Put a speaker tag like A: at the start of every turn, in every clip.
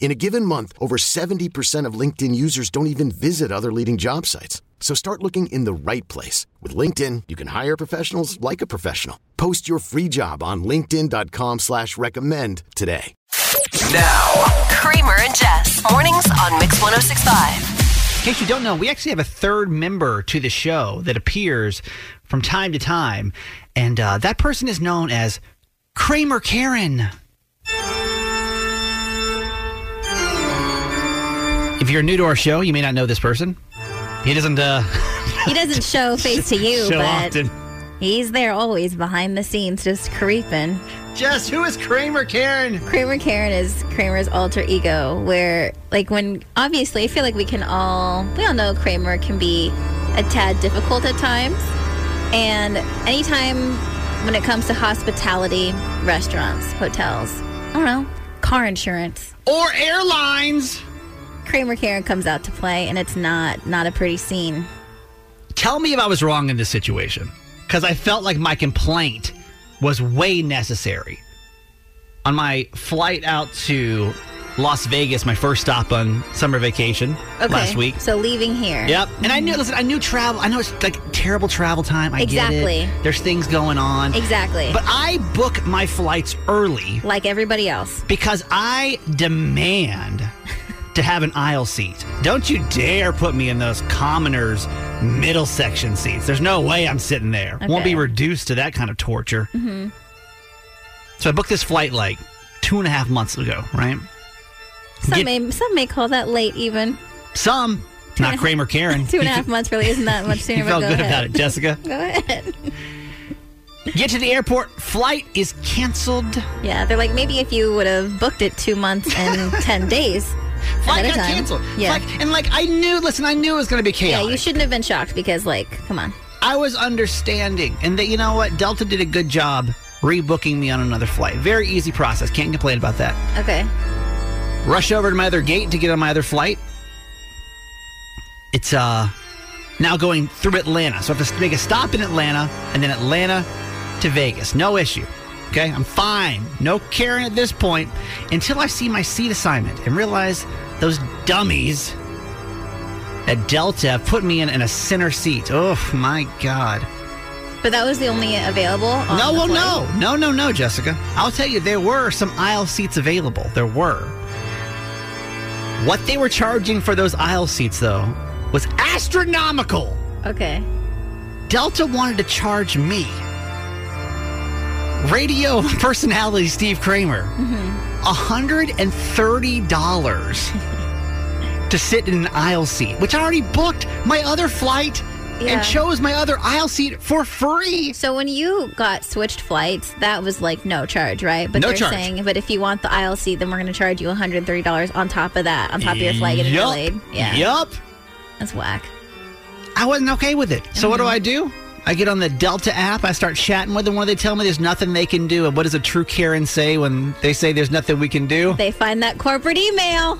A: In a given month, over 70% of LinkedIn users don't even visit other leading job sites. So start looking in the right place. With LinkedIn, you can hire professionals like a professional. Post your free job on linkedin.com slash recommend today.
B: Now,
C: Kramer and Jess. Mornings on Mix 1065.
D: In case you don't know, we actually have a third member to the show that appears from time to time, and uh, that person is known as Kramer Karen. If you're new to our show, you may not know this person. He doesn't uh,
E: He doesn't show face to you,
D: show
E: but
D: often.
E: he's there always behind the scenes, just creeping.
D: Jess, who is Kramer Karen?
E: Kramer Karen is Kramer's alter ego, where, like, when obviously, I feel like we can all, we all know Kramer can be a tad difficult at times. And anytime when it comes to hospitality, restaurants, hotels, I don't know, car insurance,
D: Or airlines?
E: Kramer Karen comes out to play, and it's not not a pretty scene.
D: Tell me if I was wrong in this situation, because I felt like my complaint was way necessary. On my flight out to Las Vegas, my first stop on summer vacation
E: Okay.
D: last week.
E: So leaving here.
D: Yep, and I knew. Listen, I knew travel. I know it's like terrible travel time. I get
E: Exactly.
D: it. There's things going on.
E: Exactly.
D: But I book my flights early
E: like everybody else.
D: because I demand to have an aisle seat. Don't you dare put me in those commoners middle section seats. There's no way I'm sitting there. Won't be
E: Okay.
D: reduced to that kind of torture. So I booked this flight like two and a half months ago, right?
E: Some
D: Get-
E: may some may call that late even.
D: Some,
E: and
D: not
E: a half-
D: Kramer Karen.
E: Two and a
D: You
E: half months really isn't that much sooner,
D: You
E: but
D: felt
E: go
D: good
E: ahead.
D: about it, Jessica.
E: Go ahead.
D: Get to the airport. Flight is canceled.
E: Yeah, they're like maybe if you would have booked it two months and ten days.
D: Flight
E: ahead of
D: got
E: time.
D: canceled.
E: Yeah.
D: Flight- and like I knew, listen, I knew it was going to be
E: yeah,
D: chaos.
E: you shouldn't have been shocked because like, come on.
D: I was understanding, and that you know what, Delta did a good job rebooking me on another flight. Very easy process. Can't complain about that.
E: Okay.
D: Rush over to my other gate to get on my other flight. It's uh now going through Atlanta, so I have to make a stop in Atlanta and then Atlanta to Vegas. No issue. Okay, I'm fine. No caring at this point until I see my seat assignment and realize those dummies at Delta have put me in, in a center seat. Oh my god.
E: But that was the only available. On
D: No,
E: the
D: well,
E: flight.
D: no, no, no, no, Jessica. I'll tell you, there were some aisle seats available. There were. What they were charging for those aisle seats, though, was astronomical.
E: Okay.
D: Delta wanted to charge me, radio personality Steve Kramer,
E: Mm-hmm.
D: $130 to sit in an aisle seat, which I already booked my other flight
E: Yeah.
D: and chose my other aisle seat for free.
E: So when you got switched flights, that was like no charge, right? But
D: No
E: they're
D: charge.
E: saying, but if you want the aisle seat, then we're going to charge you $130 on top of that, on top of your flight getting
D: Yup.
E: delayed. Yeah,
D: Yup.
E: that's whack.
D: I wasn't okay with it. So what
E: Uh-huh.
D: do I do? I get on the Delta app. I start chatting with them. What do they tell me? There's nothing they can do. And what does a true Karen say when they say there's nothing we can do?
E: They find that corporate email.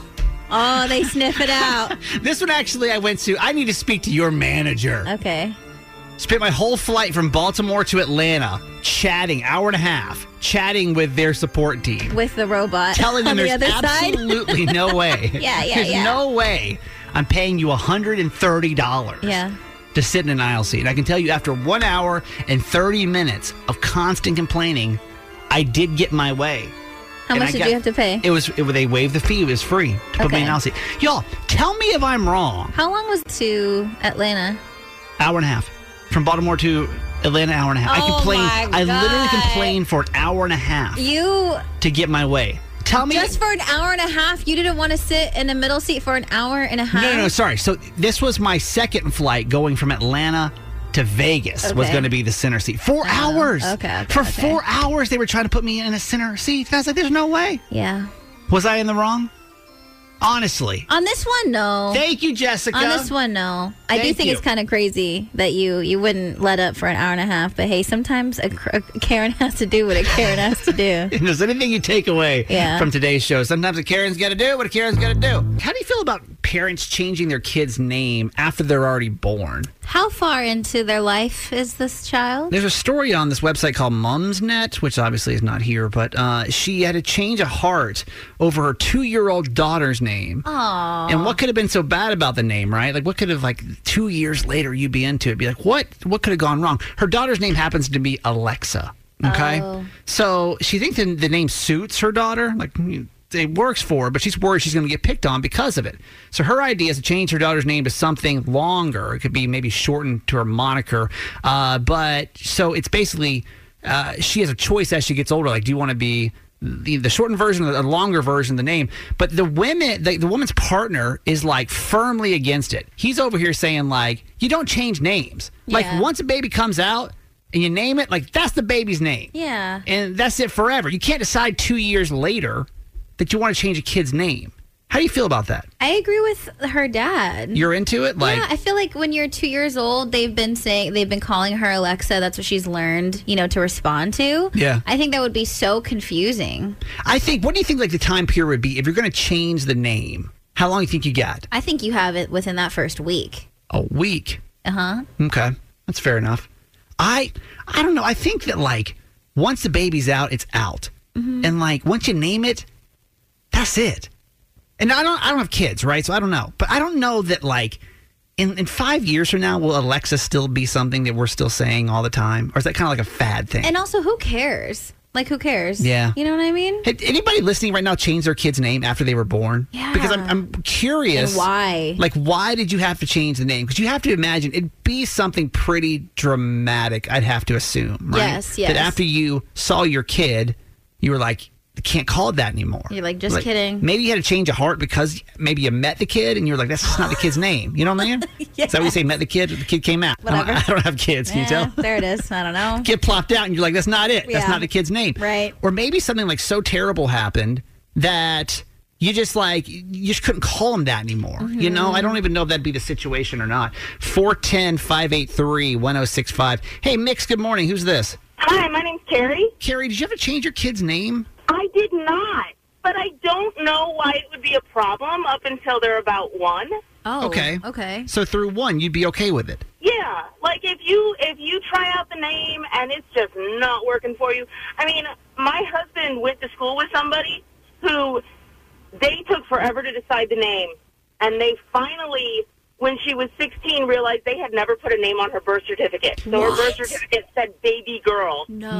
E: Oh, they sniff it out.
D: This one actually, I went to. I need to speak to your manager.
E: Okay.
D: Spent my whole flight from Baltimore to Atlanta chatting, hour and a half, chatting with their support team,
E: With the robot
D: telling them
E: on the
D: there's
E: other side.
D: absolutely no way.
E: Yeah, yeah,
D: there's
E: yeah.
D: no way I'm paying you $130.
E: Yeah.
D: to sit in an aisle seat. And I can tell you, after one hour and 30 minutes of constant complaining, I did get my way.
E: How
D: And
E: much
D: I
E: did
D: got-
E: you have to pay?
D: It was it, they waived the fee. It was free to put me in an
E: Okay.
D: aisle seat. Y'all, tell me if I'm wrong.
E: How long was to Atlanta?
D: Hour and a half from Baltimore to Atlanta hour and a half. I
E: Oh
D: complained.
E: my
D: I literally
E: God.
D: complained for an hour and a half
E: You
D: to get my way. Tell me.
E: just for an hour and a half, you didn't want to sit in the middle seat for an hour and a half.
D: No, no, no, sorry. So this was my second flight going from Atlanta to Vegas was
E: Okay.
D: going to be the center seat. Four hours.
E: Oh, okay, okay,
D: For
E: okay.
D: four hours, they were trying to put me in a center seat. I was like, there's no way.
E: Yeah.
D: Was I in the wrong? Honestly.
E: On this one, no.
D: Thank you, Jessica.
E: On this one, no. I do
D: Thank
E: think
D: you.
E: it's kind of crazy that you you wouldn't let up for an hour and a half. But hey, sometimes a, cr- a Karen has to do what a Karen has to do.
D: If there's anything you take away
E: Yeah.
D: from today's show, sometimes a Karen's got to do what a Karen's got to do. How do you feel about parents changing their kid's name after they're already born?
E: How far into their life is this child?
D: There's a story on this website called Mumsnet, which obviously is not here, but uh, she had a change of heart over her two-year-old daughter's name. Aww. And what could have been so bad about the name, right? Like, what could have like two years later you be into it? Be like, what? What could have gone wrong? Her daughter's name happens to be Alexa. Okay, so she thinks the, the name suits her daughter. Like. It works for her, but she's worried she's going to get picked on because of it. So her idea is to change her daughter's name to something longer. It could be maybe shortened to her moniker. Uh, but so it's basically uh, she has a choice as she gets older. Like, do you want to be the, the shortened version or the longer version of the name? But the women, the, the woman's partner is like firmly against it. He's over here saying like, you don't change names. Like
E: Yeah.
D: once a baby comes out and you name it, like that's the baby's name.
E: Yeah.
D: And that's it forever. You can't decide two years later that you want to change a kid's name. How do you feel about that?
E: I agree with her dad.
D: You're into it? Like,
E: yeah, I feel like when you're two years old, they've been saying they've been calling her Alexa. That's what she's learned, you know, to respond to.
D: Yeah.
E: I think that would be so confusing.
D: I think, what do you think like the time period would be if you're going to change the name? How long do you think you got?
E: I think you have it within that first week.
D: A week.
E: Uh huh.
D: Okay, that's fair enough. I I don't know. I think that like once the baby's out, it's out, and like once you name it, that's it. And I don't I don't have kids, right? So I don't know. But I don't know that like in in five years from now, will Alexa still be something that we're still saying all the time, or is that kind of like a fad thing?
E: And also, who cares? Like, who cares?
D: Yeah.
E: You know what I mean?
D: Had anybody listening right now change their kid's name after they were born?
E: Yeah.
D: Because I'm, I'm curious.
E: And why?
D: Like, why did you have to change the name? Because you have to imagine it'd be something pretty dramatic, I'd have to assume, right?
E: Yes, yes.
D: That after you saw your kid, you were like, I can't call it that anymore.
E: You're like, just kidding.
D: Maybe you had a change of heart because maybe you met the kid and you're like, that's just not the kid's name. You know what I mean? Is that what you say, met the kid? The kid came out. I don't-
E: Whatever.
D: I don't have kids, can you
E: Yeah,
D: tell?
E: there it is. I don't know.
D: get plopped out and you're like, that's not it. That's
E: Yeah.
D: not the kid's name.
E: Right.
D: Or maybe something like so terrible happened that you just like, you just couldn't call him that anymore. You
E: Mm-hmm.
D: know, I don't even know if that'd be the situation or not. 410 583 1065. Hey, Mix, good morning. Who's this?
F: Hi, my name's Terry.
D: Carrie, did you ever change your kid's name?
F: I did not, but I don't know why it would be a problem up until they're about one.
E: Oh.
D: okay.
E: Okay.
D: So through one, you'd be okay with it.
F: Yeah, like if you if you try out the name and it's just not working for you. I mean, my husband went to school with somebody who they took forever to decide the name, and they finally, when she was 16, realized they had never put a name on her birth certificate. So her birth
E: What?
F: certificate said baby girl.
E: No.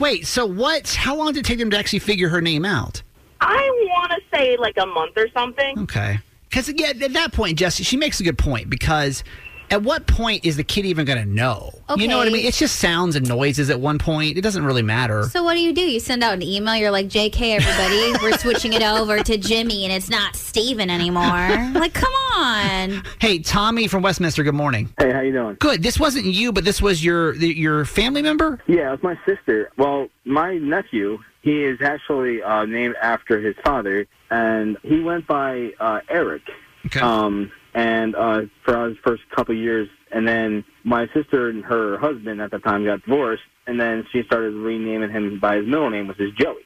D: Wait, so what? How long did it take them to actually figure her name out?
F: I want to say like a month or something.
D: Okay. Because again, at that point, Jesse, she makes a good point because at what point is the kid even going to know? You know what I
E: Okay.
D: mean? It's just sounds and noises at one point. It doesn't really matter.
E: So what do you do? You send out an email. You're like, "JK, everybody, we're switching it over to Jimmy, and it's not Steven anymore." like, come on.
D: hey, Tommy from Westminster, good morning.
G: Hey, how you doing?
D: Good. This wasn't you, but this was your your family member?
G: Yeah, it was my sister. Well, my nephew, he is actually uh, named after his father, and he went by uh, Eric.
D: Okay.
G: Um, and uh, for his first couple years, and then my sister and her husband at the time got divorced, and then she started renaming him by his middle name, which is Joey.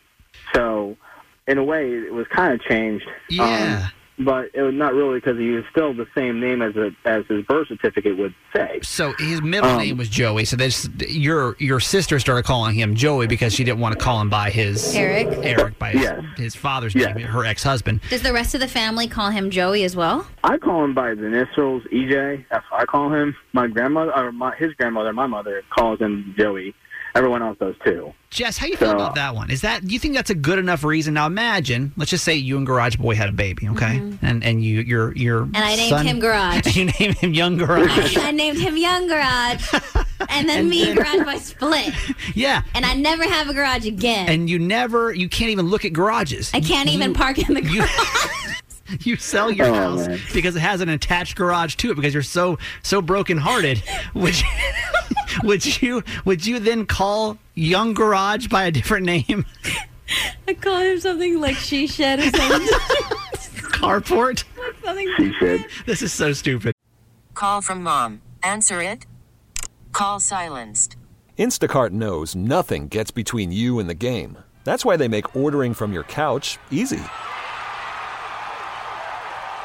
G: So, in a way, it was kind of changed.
D: Yeah.
G: Um, but it was not really because he was still the same name as a, as his birth certificate would say.
D: so his middle
G: Um,
D: name was Joey. So this your your sister started calling him Joey because she didn't want to call him by his
E: Eric.
D: Eric by his,
G: Yes.
D: his father's
G: Yes.
D: name, her ex husband.
E: Does the rest of the family call him Joey as well?
G: I call him by his initials, EJ. That's what I call him. My grandmother, or my, his grandmother, my mother calls him Joey. Everyone else does too.
D: Jess, how you feel
G: So-
D: about that one? Is that do you think that's a good enough reason? Now imagine, let's just say you and Garage Boy had a baby, okay, and and you your your
E: Mm-hmm. And I named
D: son-
E: him Garage.
D: you named him Young Garage.
E: I named him Young Garage. and then me and Garage Boy split,
D: Yeah.
E: and I never have a garage again.
D: And you never, you can't even look at garages.
E: I can't even
D: You-
E: park in the
D: you,
E: garage.
D: you sell your
G: Oh,
D: house
G: man.
D: because it has an attached garage to it because you're so so brokenhearted. Would you, would you would you then call Young Garage by a different name,
E: I call him something like she shed or something.
D: Carport?
E: something
G: She said.
D: This is so stupid.
H: Call from mom. Answer it. Call silenced.
I: Instacart knows nothing gets between you and the game. That's why they make ordering from your couch easy.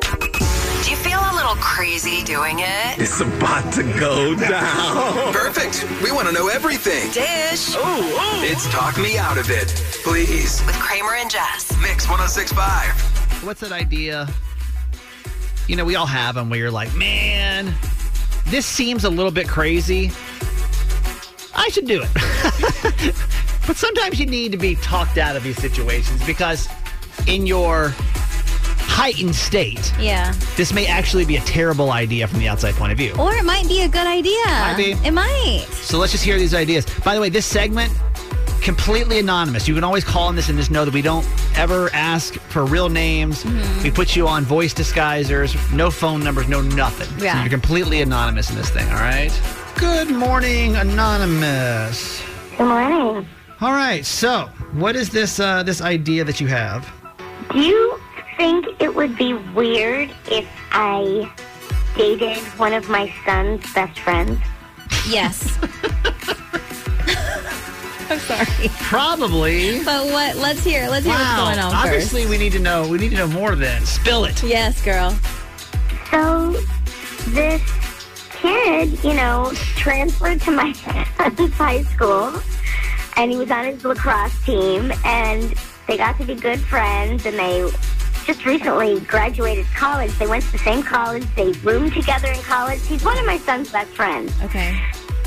C: Do you feel a little crazy doing it?
B: It's about to go down. Perfect. We want to know everything.
C: Dish
B: It's Talk Me Out of It. Please.
C: with Kramer and Jess.
B: Mix 1065.
D: What's that idea? You know, we all have them where you're like, man, this seems a little bit crazy. I should do it. but sometimes you need to be talked out of these situations because in your heightened state,
E: Yeah.
D: this may actually be a terrible idea from the outside point of view.
E: Or it might be a good idea. Might
D: be.
E: It might.
D: So let's just hear these ideas. By the way, this segment completely anonymous. You can always call on this and just know that we don't ever ask for real names.
E: Mm-hmm.
D: We put you on voice disguisers, no phone numbers, no nothing. So
E: Yeah.
D: you're completely anonymous in this thing, all right? Good morning, anonymous.
J: Good morning.
D: All right, so what is this uh, this idea that you have?
J: Do you think it would be weird if I dated one of my son's best friends?
E: Yes. I'm sorry.
D: Probably.
E: But what? Let's hear. Let's hear
D: wow.
E: what's going on
D: Obviously,
E: first.
D: we need to know. We need to know more then. Spill it.
E: Yes, girl.
J: So this kid, you know, transferred to my son's high school and he was on his lacrosse team and they got to be good friends and they just recently graduated college. They went to the same college. They roomed together in college. He's one of my son's best friends.
E: Okay.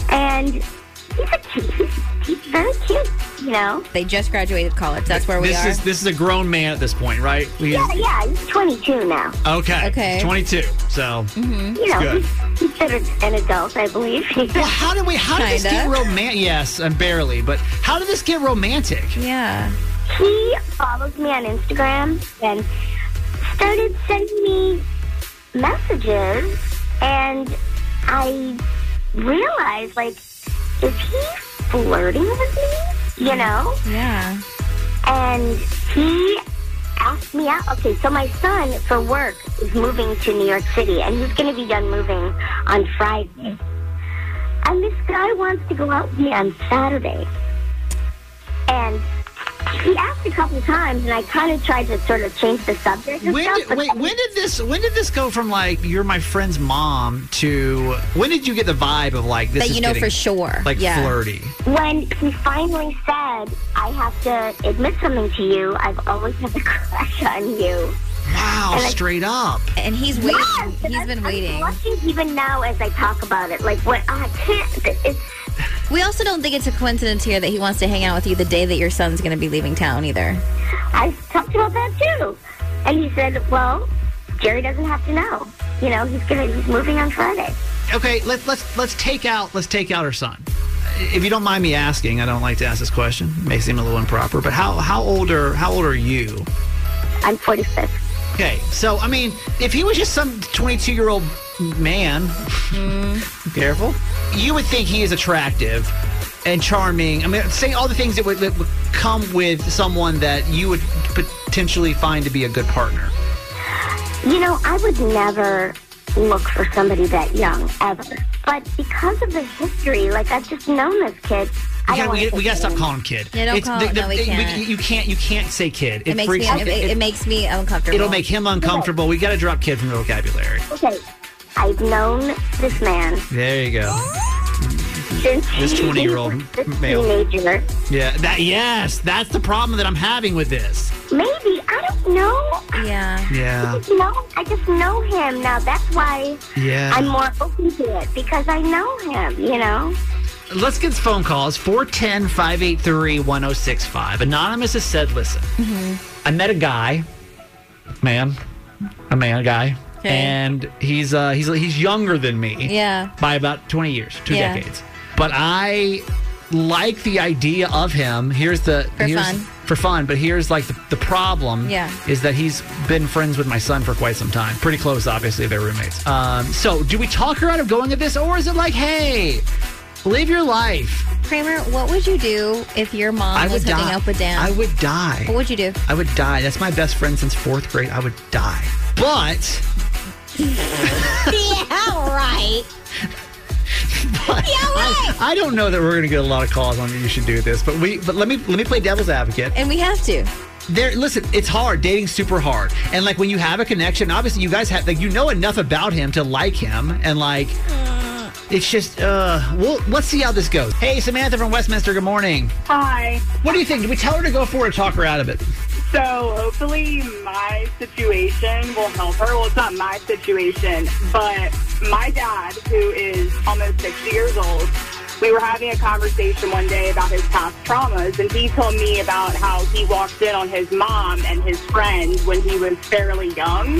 J: and he's a cute, he's, he's very cute, you know.
E: They just graduated college. That's where we
D: this
E: are.
D: is this is a grown man at this point, right? We-
J: Yeah, yeah, he's 22 now.
D: Okay.
E: Okay. Mm-hmm.
D: 22. So.
J: You know,
D: Good.
J: he's considered an adult, I believe.
D: Well, how did we? How did this get
E: Kinda.
D: romantic? Yes, and barely. But how did this get romantic?
E: yeah.
J: he follows me on Instagram and started sending me messages, and I realized, like, is he flirting with me? You know?
E: Yeah.
J: and he asked me out. Okay, so my son for work is moving to New York City, and he's going to be done moving on Friday. And this guy wants to go out with me on Saturday. And he asked a couple times, and I kind of tried to sort of change the subject. And
D: When
J: stuff,
D: did,
J: but
D: wait, when did this? When did this go from like you're my friend's mom to when did you get the vibe of like this?
E: That
D: is
E: you know
D: getting,
E: for sure.
D: Like
E: yeah.
D: flirty.
J: when he finally said, "I have to admit something to you. I've always had a crush on you."
D: Wow,
J: And I-
D: straight up.
E: And he's waiting.
J: Yes, and
E: he's
J: I'm-
E: been
J: I'm
E: waiting.
J: blushing even now as I talk about it, like what uh, I can't. It's
E: We also don't think it's a coincidence here that he wants to hang out with you the day that your son's going to be leaving town either.
J: I talked about that too, and he said, "Well, Jerry doesn't have to know. You know, he's gonna he's moving on Friday."
D: Okay, let's let's let's take out let's take out her son. If you don't mind me asking, I don't like to ask this question. It may seem a little improper, but how how old are how old are you?
J: I'm 46.
D: Okay, so I mean, if he was just some 22 year old man, careful, you would think he is attractive and charming. I mean, say all the things that would, that would come with someone that you would potentially find to be a good partner.
J: You know, I would never look for somebody that young ever, but because of the history, like I've just known this kid.
D: We
J: I don't
D: gotta, we,
J: wanna
D: we
J: say
D: gotta stop
J: names.
D: calling him kid.
E: Yeah, don't
D: It's
E: call- no, we can't.
D: You can't. You can't say kid. It,
E: It makes me.
D: freaks.
E: It, it makes me uncomfortable.
D: it'll make him uncomfortable. We gotta drop kid from the vocabulary.
J: Okay, I've known this man
D: There you go.
K: since
D: This
K: he
D: 20-year-old
K: was a
D: male.
K: teenager.
D: Yeah, that yes, that's the problem that I'm having with this.
K: Maybe I don't know.
E: Yeah.
D: Yeah.
K: No, I just know him now. That's why
D: Yeah.
K: I'm more open to it because I know him. You know.
D: Let's get phone calls 410 583 1065. Anonymous has said, listen,
E: Mm-hmm.
D: I met a guy, man, a man, a guy,
E: Okay.
D: and he's uh, he's he's younger than me
E: Yeah.
D: by about 20 years, two
E: Yeah.
D: decades. But I like the idea of him. Here's the
E: For
D: here's-
E: fun.
D: for fun, but here's like the, the problem
E: Yeah.
D: is that he's been friends with my son for quite some time. Pretty close, obviously, they're roommates. Um, so do we talk her out of going at this, or is it like, hey, live your life?
E: Kramer, what would you do if your mom was hooking Um, up with Dan?
D: I would die.
E: What would you do?
D: I would die. That's my best friend since fourth grade. I would die. But
K: yeah, right.
D: I, I don't know that we're going to get a lot of calls on you should do this. But we, but let me let me play devil's advocate.
E: And we have to.
D: there listen it's hard dating's super hard and like when you have a connection obviously you guys have like you know enough about him to like him and like it's just uh well let's see how this goes hey samantha from westminster good morning
L: Hi.
D: what do you think do we tell her to go for it or talk her out of it
L: So hopefully my situation will help her. Well, it's not my situation, but my dad, who is almost 60 years old, we were having a conversation one day about his past traumas, and he told me about how he walked in on his mom and his friend when he was fairly young.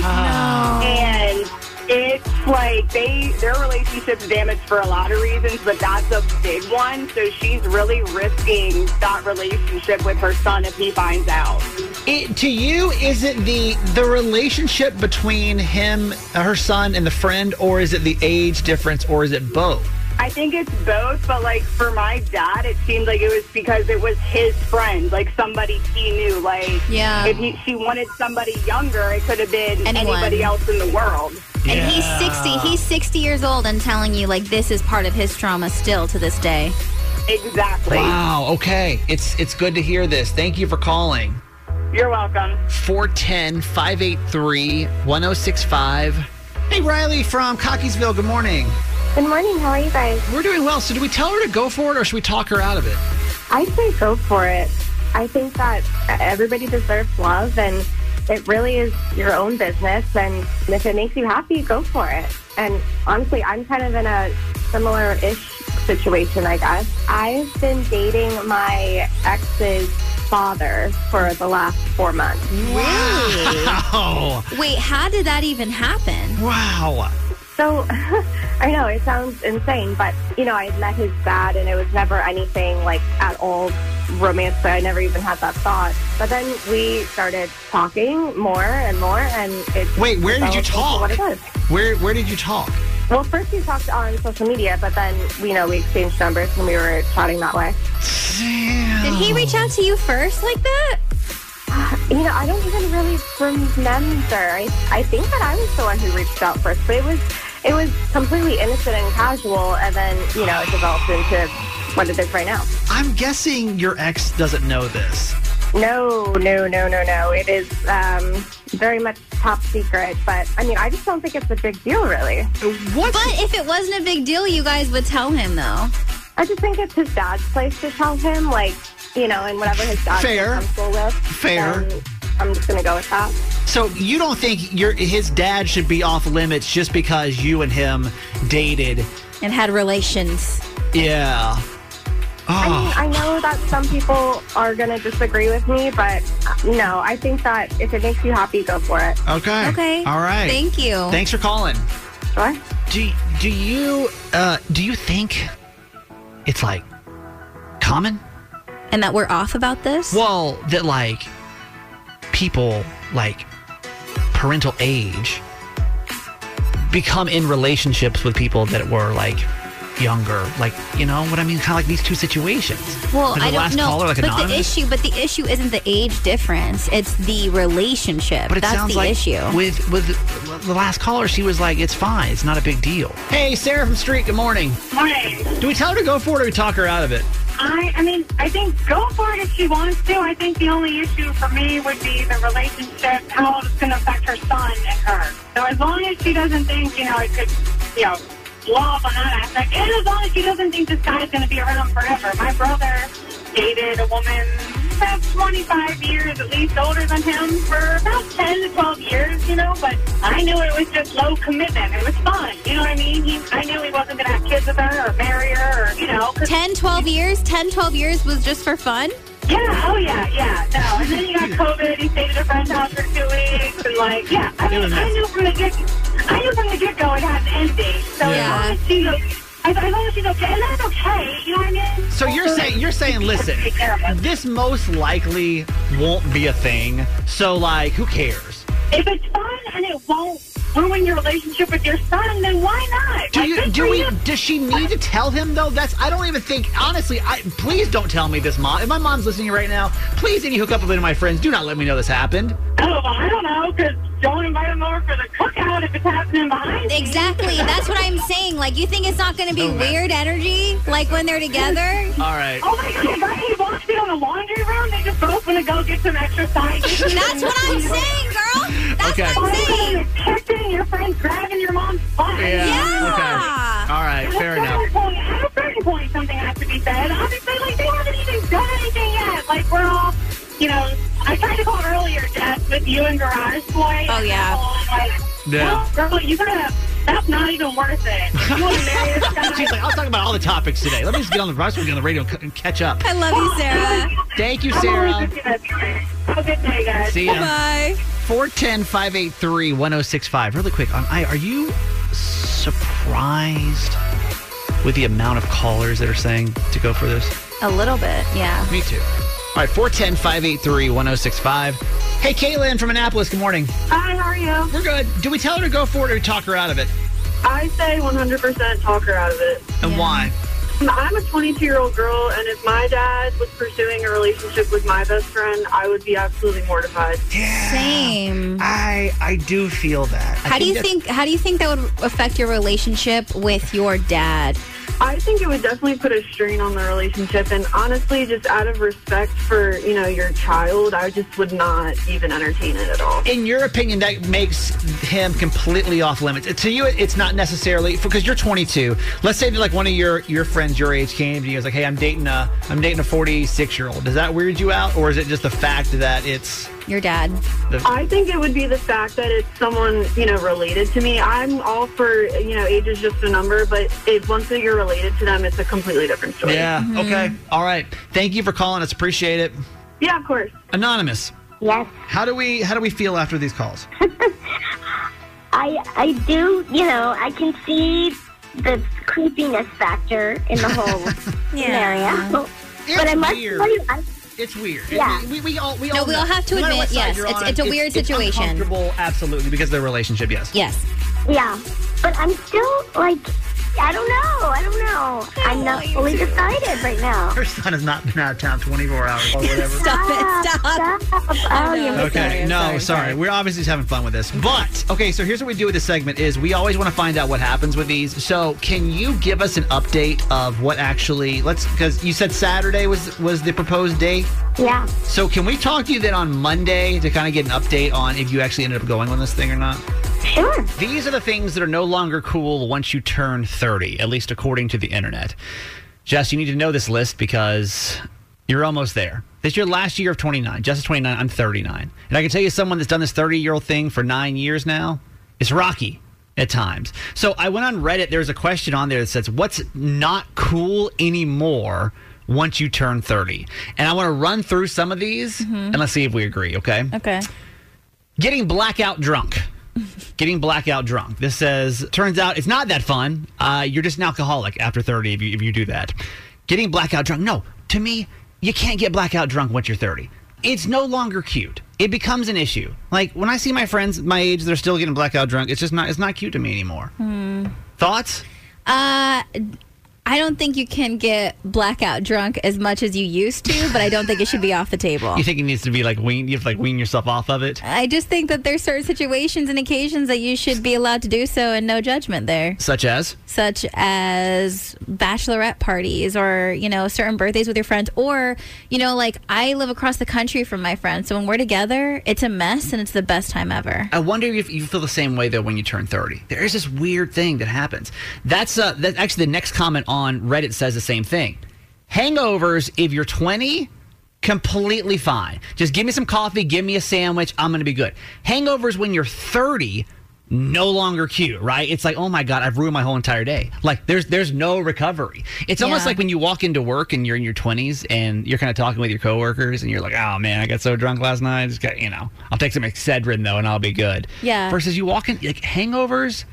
L: And it's like they their relationship's damaged for a lot of reasons, but that's a big one. So she's really risking that relationship with her son if he finds out.
D: it to you is it the the relationship between him her son and the friend or is it the age difference or is it both
L: I think it's both, but like for my dad, it seemed like it was because it was his friend, like somebody he knew. Like,
E: Yeah.
L: if he, she wanted somebody younger, it could have been
E: Anyone.
L: anybody else in the world.
E: And he's 60. He's 60 years old and telling you, like, this is part of his trauma still to this day.
L: Exactly.
D: wow okay it's it's good to hear this thank you for calling
L: You're welcome.
D: 410 583 1065. Hey, Riley from Cockeysville, good morning.
K: Good morning. How are you guys?
D: We're doing well. So, do we tell her to go for it or should we talk her out of it?
K: I say go for it. I think that everybody deserves love, and it really is your own business. And if it makes you happy, go for it. And honestly, I'm kind of in a similar ish situation, I guess. I've been dating my ex's father for the last four months.
E: Really?
D: Oh,
E: Wait, how did that even happen?
D: wow.
K: So I know it sounds insane, but you know, I had met his dad and it was never anything like at all romantic. I never even had that thought. But then we started talking more and more and it
D: Wait, where did you
K: developed
D: talk?
K: into What it is.
D: Where where did you talk?
K: Well, first we talked on social media, but then you know, we exchanged numbers and we were chatting that way.
E: Did he reach out to you first like that?
K: Uh, You know, I don't even really remember. I, I think that I was the one who reached out first, but it was it was completely innocent and casual, and then you know it developed into what it is right now.
D: I'm guessing your ex doesn't know this.
K: No, no, no, no, no. It is um, very much top secret, but I mean, I just don't think it's a big deal, really.
D: What?
E: But if it wasn't a big deal, you guys would tell him, though.
K: I just think it's his dad's place to tell him, like you know, and whatever his dad's
D: Fair.
K: comfortable with.
D: Fair.
K: then I'm just gonna go with that.
D: So you don't think your his dad should be off limits just because you and him dated?
E: And had relations.
D: Yeah.
K: I mean,
D: Oh.
K: I know that some people are going to disagree with me, but uh, no, I think that if it makes you happy, go for it.
D: Okay.
E: Okay.
D: All right.
E: Thank you.
D: Thanks for calling.
K: Sure.
D: Do do you uh, do you think it's like common?
E: and that we're off about this?
D: Well, that like people like parental age become in relationships with people that were like younger, like you know what I mean, kind of like these two situations.
E: Well,
D: Like the
E: I don't
D: last
E: know.
D: caller, like
E: but the
D: anonymous?
E: issue, but the issue isn't the age difference; it's the relationship.
D: But it
E: That's
D: sounds
E: the
D: like
E: issue.
D: with with the last caller, she was like, "It's fine, it's not a big deal." Hey, Sarah from Street. Good morning.
L: Morning.
D: Do we tell her to go for it, or we talk her out of it?
L: I, I mean, I think go for it if she wants to. I think the only issue for me would be the relationship, how it's going to affect her son and her. So as long as she doesn't think, you know, it could, you know,
M: slob on that aspect. And as long as she doesn't think this guy's going to be around forever. My brother dated a woman about 25 years, at least older than him, for about 10 to 12 years, you know. But I knew it was just low commitment. It was fun. You know what I mean? He, I knew he wasn't going to have kids with her or marry her or, you know. 'cause-
E: 10, 12 years? 10, 12 years was just for fun?
M: Yeah, oh yeah, yeah, no. And then he got COVID, he stayed at a friend's house for two weeks, and like, yeah, I mean, I knew from the get, I knew from the get go it had an end date. So
D: Yeah.
M: as long as she's, o- as as long as she's okay, and that's okay, you know what I mean?
D: So you're saying you're saying listen, this most likely won't be a thing. So like who cares?
M: If it's fun and it won't ruin your relationship with your son, then why not?
D: Do
M: Like,
D: you
M: good
D: do
M: for
D: we
M: you.
D: does she need to tell him though? That's I don't even think honestly, I please don't tell me this mom. If my mom's listening right now, please any hookup with any of my friends, do not let me know this happened.
M: Oh, I don't know, because don't invite him over for the cookout if it's happening behind me.
E: Exactly. That's what I'm saying. Like, you think it's not going to be
D: No, man.
E: weird energy? Like, when they're together?
D: All right.
M: Oh my god, right? He walks in on the laundry room. They just both want to go get some exercise.
E: That's what I'm saying, girl. That's
D: Okay.
M: Oh
E: what I'm saying.
M: Kissing your friends, grabbing your mom's butt.
D: Yeah. Okay. All right,
M: At a
D: fair
M: certain
D: enough.
M: Point, at a certain point, something has to be said. Obviously, like they haven't even done anything yet. Like we're all, you know, I tried to call earlier, Jess, with you and Garage Boy.
E: Oh, yeah.
M: Like,
D: Yeah.
M: well, girl, you gotta. That's not even worth it. You wanna marry this guy?
D: She's like, I'll talk about all the topics today. Let me just get on the rush, we'll get on the radio and c- and catch up.
E: I love you, Sarah.
D: Thank you, Sarah.
M: Have a good day, guys.
D: See ya.
E: Bye.
D: 410 583 1065. Really quick, on I, are you surprised with the amount of callers that are saying to go for this?
E: A little bit, yeah.
D: Me too. All right, 410 583 1065. Hey, Caitlin from Annapolis, good morning.
M: Hi, how are you?
D: We're good. Do we tell her to go for it or talk her out of it?
N: I say 100% talk her out of it.
D: And why?
N: I'm a 22 year old girl, and if my dad was pursuing a relationship with my best friend, I would be absolutely mortified.
E: Same.
D: I I do feel that.
E: How do you think? How do you think that would affect your relationship with your dad?
N: I think it would definitely put a strain on the relationship, and honestly, just out of respect for you know your child, I just would not even entertain it at all.
D: In your opinion, that makes him completely off limits. To you, it's not necessarily because you're 22. Let's say that like one of your your friends your age came to you and was like, "Hey, I'm dating a I'm dating a 46 year old." Does that weird you out, or is it just the fact that it's
E: Your dad.
D: the,
N: I think it would be the fact that it's someone, you know, related to me. I'm all for, you know, age is just a number, but it, once you're related to them, it's a completely different story.
D: yeah? Okay, all right. Thank you for calling us. Appreciate it.
N: Yeah, of course.
D: Anonymous.
J: Yes.
D: How do we how do we feel after these calls?
J: I I do, you know, I can see the creepiness factor in the whole scenario.
D: It's
J: but I must
D: weird.
J: tell you, I,
D: It's weird.
J: Yeah.
D: We, we, we all we
E: No,
D: all
E: we all
D: know.
E: have to
D: No matter what
E: admit,
D: side
E: yes,
D: you're
E: it's-
D: on,
E: it's a weird situation.
D: uncomfortable, absolutely, because of their relationship. Yes.
E: Yes.
J: yeah, but I'm still like, I don't know, I don't know. I'm not fully decided right now.
D: Her son has not been out of town 24 hours or whatever.
E: Stop it. Stop.
J: Oh, you're
D: Okay,
J: missing.
D: no, sorry, We're obviously just having fun with this. But okay, so here's what we do with this segment is we always want to find out what happens with these. So can you give us an update of what actually let's because you said Saturday was was the proposed date.
J: Yeah.
D: So can we talk to you then on Monday to kind of get an update on if you actually ended up going on this thing or not?
J: Sure.
D: These are the things that are no longer cool once you turn 30, at least according to the internet. Jess, you need to know this list because you're almost there. This is your last year of 29. Jess is 29. I'm 39. And I can tell you someone that's done this 30 year old thing for nine years now, it's rocky at times. So I went on Reddit. There's a question on there that says, What's not cool anymore once you turn 30? And I want to run through some of these and let's see if we agree, okay?
E: Okay.
D: Getting blackout drunk. Getting blackout drunk. This says, turns out it's not that fun. Uh, you're just an alcoholic after 30 if you, if you do that. Getting blackout drunk. No, to me, you can't get blackout drunk once you're 30. It's no longer cute. It becomes an issue. Like when I see my friends my age, they're still getting blackout drunk. It's just not, it's not cute to me anymore. Thoughts?
E: Hmm. Uh, I don't think you can get blackout drunk as much as you used to, but I don't think it should be off the table.
D: You think it needs to be like wean? You have to like wean yourself off of it.
E: I just think that there's certain situations and occasions that you should be allowed to do so and no judgment there.
D: Such as
E: such as bachelorette parties or you know certain birthdays with your friends or you know like i live across the country from my friends so when we're together it's a mess and it's the best time ever
D: I wonder if you feel the same way though when you turn 30. There is this weird thing that happens. That's uh that actually the next comment on Reddit says the same thing. Hangovers if you're 20 completely fine. Just give me some coffee, give me a sandwich, I'm going to be good. Hangovers when you're 30 no longer cute, right? It's like, oh my god, I've ruined my whole entire day. Like there's there's no recovery. It's almost
O: Yeah.
D: like when you walk into work and you're in your 20s and you're kind of talking with your coworkers and you're like, oh man, I got so drunk last night. I just got you know, I'll take some Excedrin though and I'll be good.
E: Yeah.
D: Versus you walk in like hangovers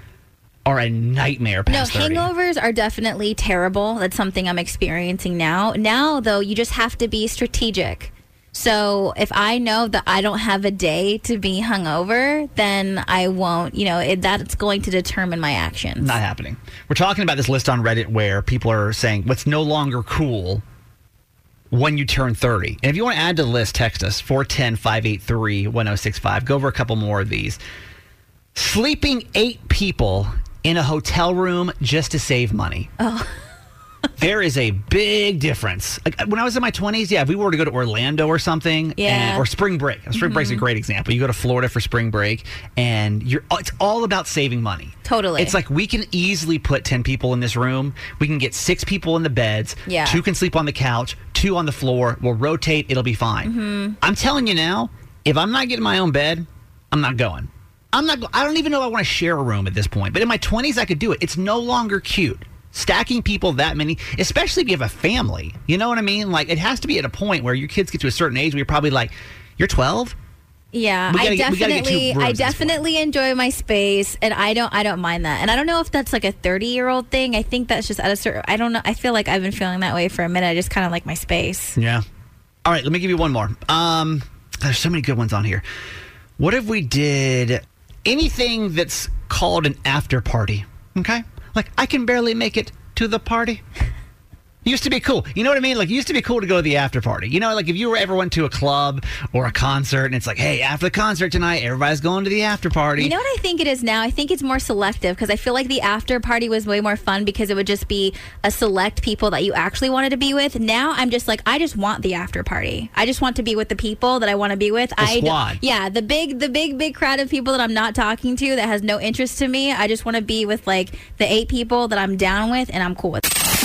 D: are a nightmare past
E: no
D: 30.
E: hangovers are definitely terrible that's something i'm experiencing now now though you just have to be strategic so if i know that i don't have a day to be hungover then i won't you know it, that's going to determine my actions
D: Not happening. We're talking about this list on Reddit where people are saying what's no longer cool when you turn 30. And if you want to add to the list, text us 410 583 1065. Go over a couple more of these. Sleeping eight people in a hotel room just to save money.
E: Oh.
D: there is a big difference. Like when I was in my 20s, yeah, if we were to go to Orlando or something,
O: Yeah.
D: and- or spring break. Spring break's a
O: Mhm.
D: great example. You go to Florida for spring break, and you're it's all about saving money.
E: Totally.
D: It's like we can easily put 10 people in this room. We can get six people in the beds.
E: Yeah.
D: Two can sleep on the couch, two on the floor. We'll rotate. It'll be fine.
E: Mhm.
D: I'm telling you now, if I'm not getting my own bed, I'm not going. I'm not, go- I don't even know I want to share a room at this point, but in my 20s, I could do it. It's no longer cute. Stacking people that many, especially if you have a family. You know what I mean? Like, it has to be at a point where your kids get to a certain age where you're probably like, you're 12?
E: Yeah,
D: We gotta
E: I
D: get- we gotta get two
E: definitely,
D: rooms
E: I
D: at this point.
E: definitely enjoy my space, and I don't, I don't mind that. And I don't know if that's like a thirty-year-old thing. I think that's just at a certain. I don't know. I feel like I've been feeling that way for a minute. I just kind of like my space.
D: Yeah. All right, let me give you one more. Um, there's so many good ones on here. What if we did anything that's called an after party? Okay, like I can barely make it to the party. Used to be cool. You know what I mean? Like, it used to be cool to go to the after party. You know, like if you were ever went to a club or a concert and it's like, hey, after the concert tonight, everybody's going to the after party.
E: You know what I think it is now? I think it's more selective because I feel like the after party was way more fun because it would just be a select people that you actually wanted to be with. Now I'm just like, I just want the after party. I just want to be with the people that I want to be with.
K: The
E: I don't-
K: squad.
E: yeah, the big, the big, big crowd of people that I'm not talking to that has no interest to me. I just want to be with like the eight people that I'm down with and I'm cool with.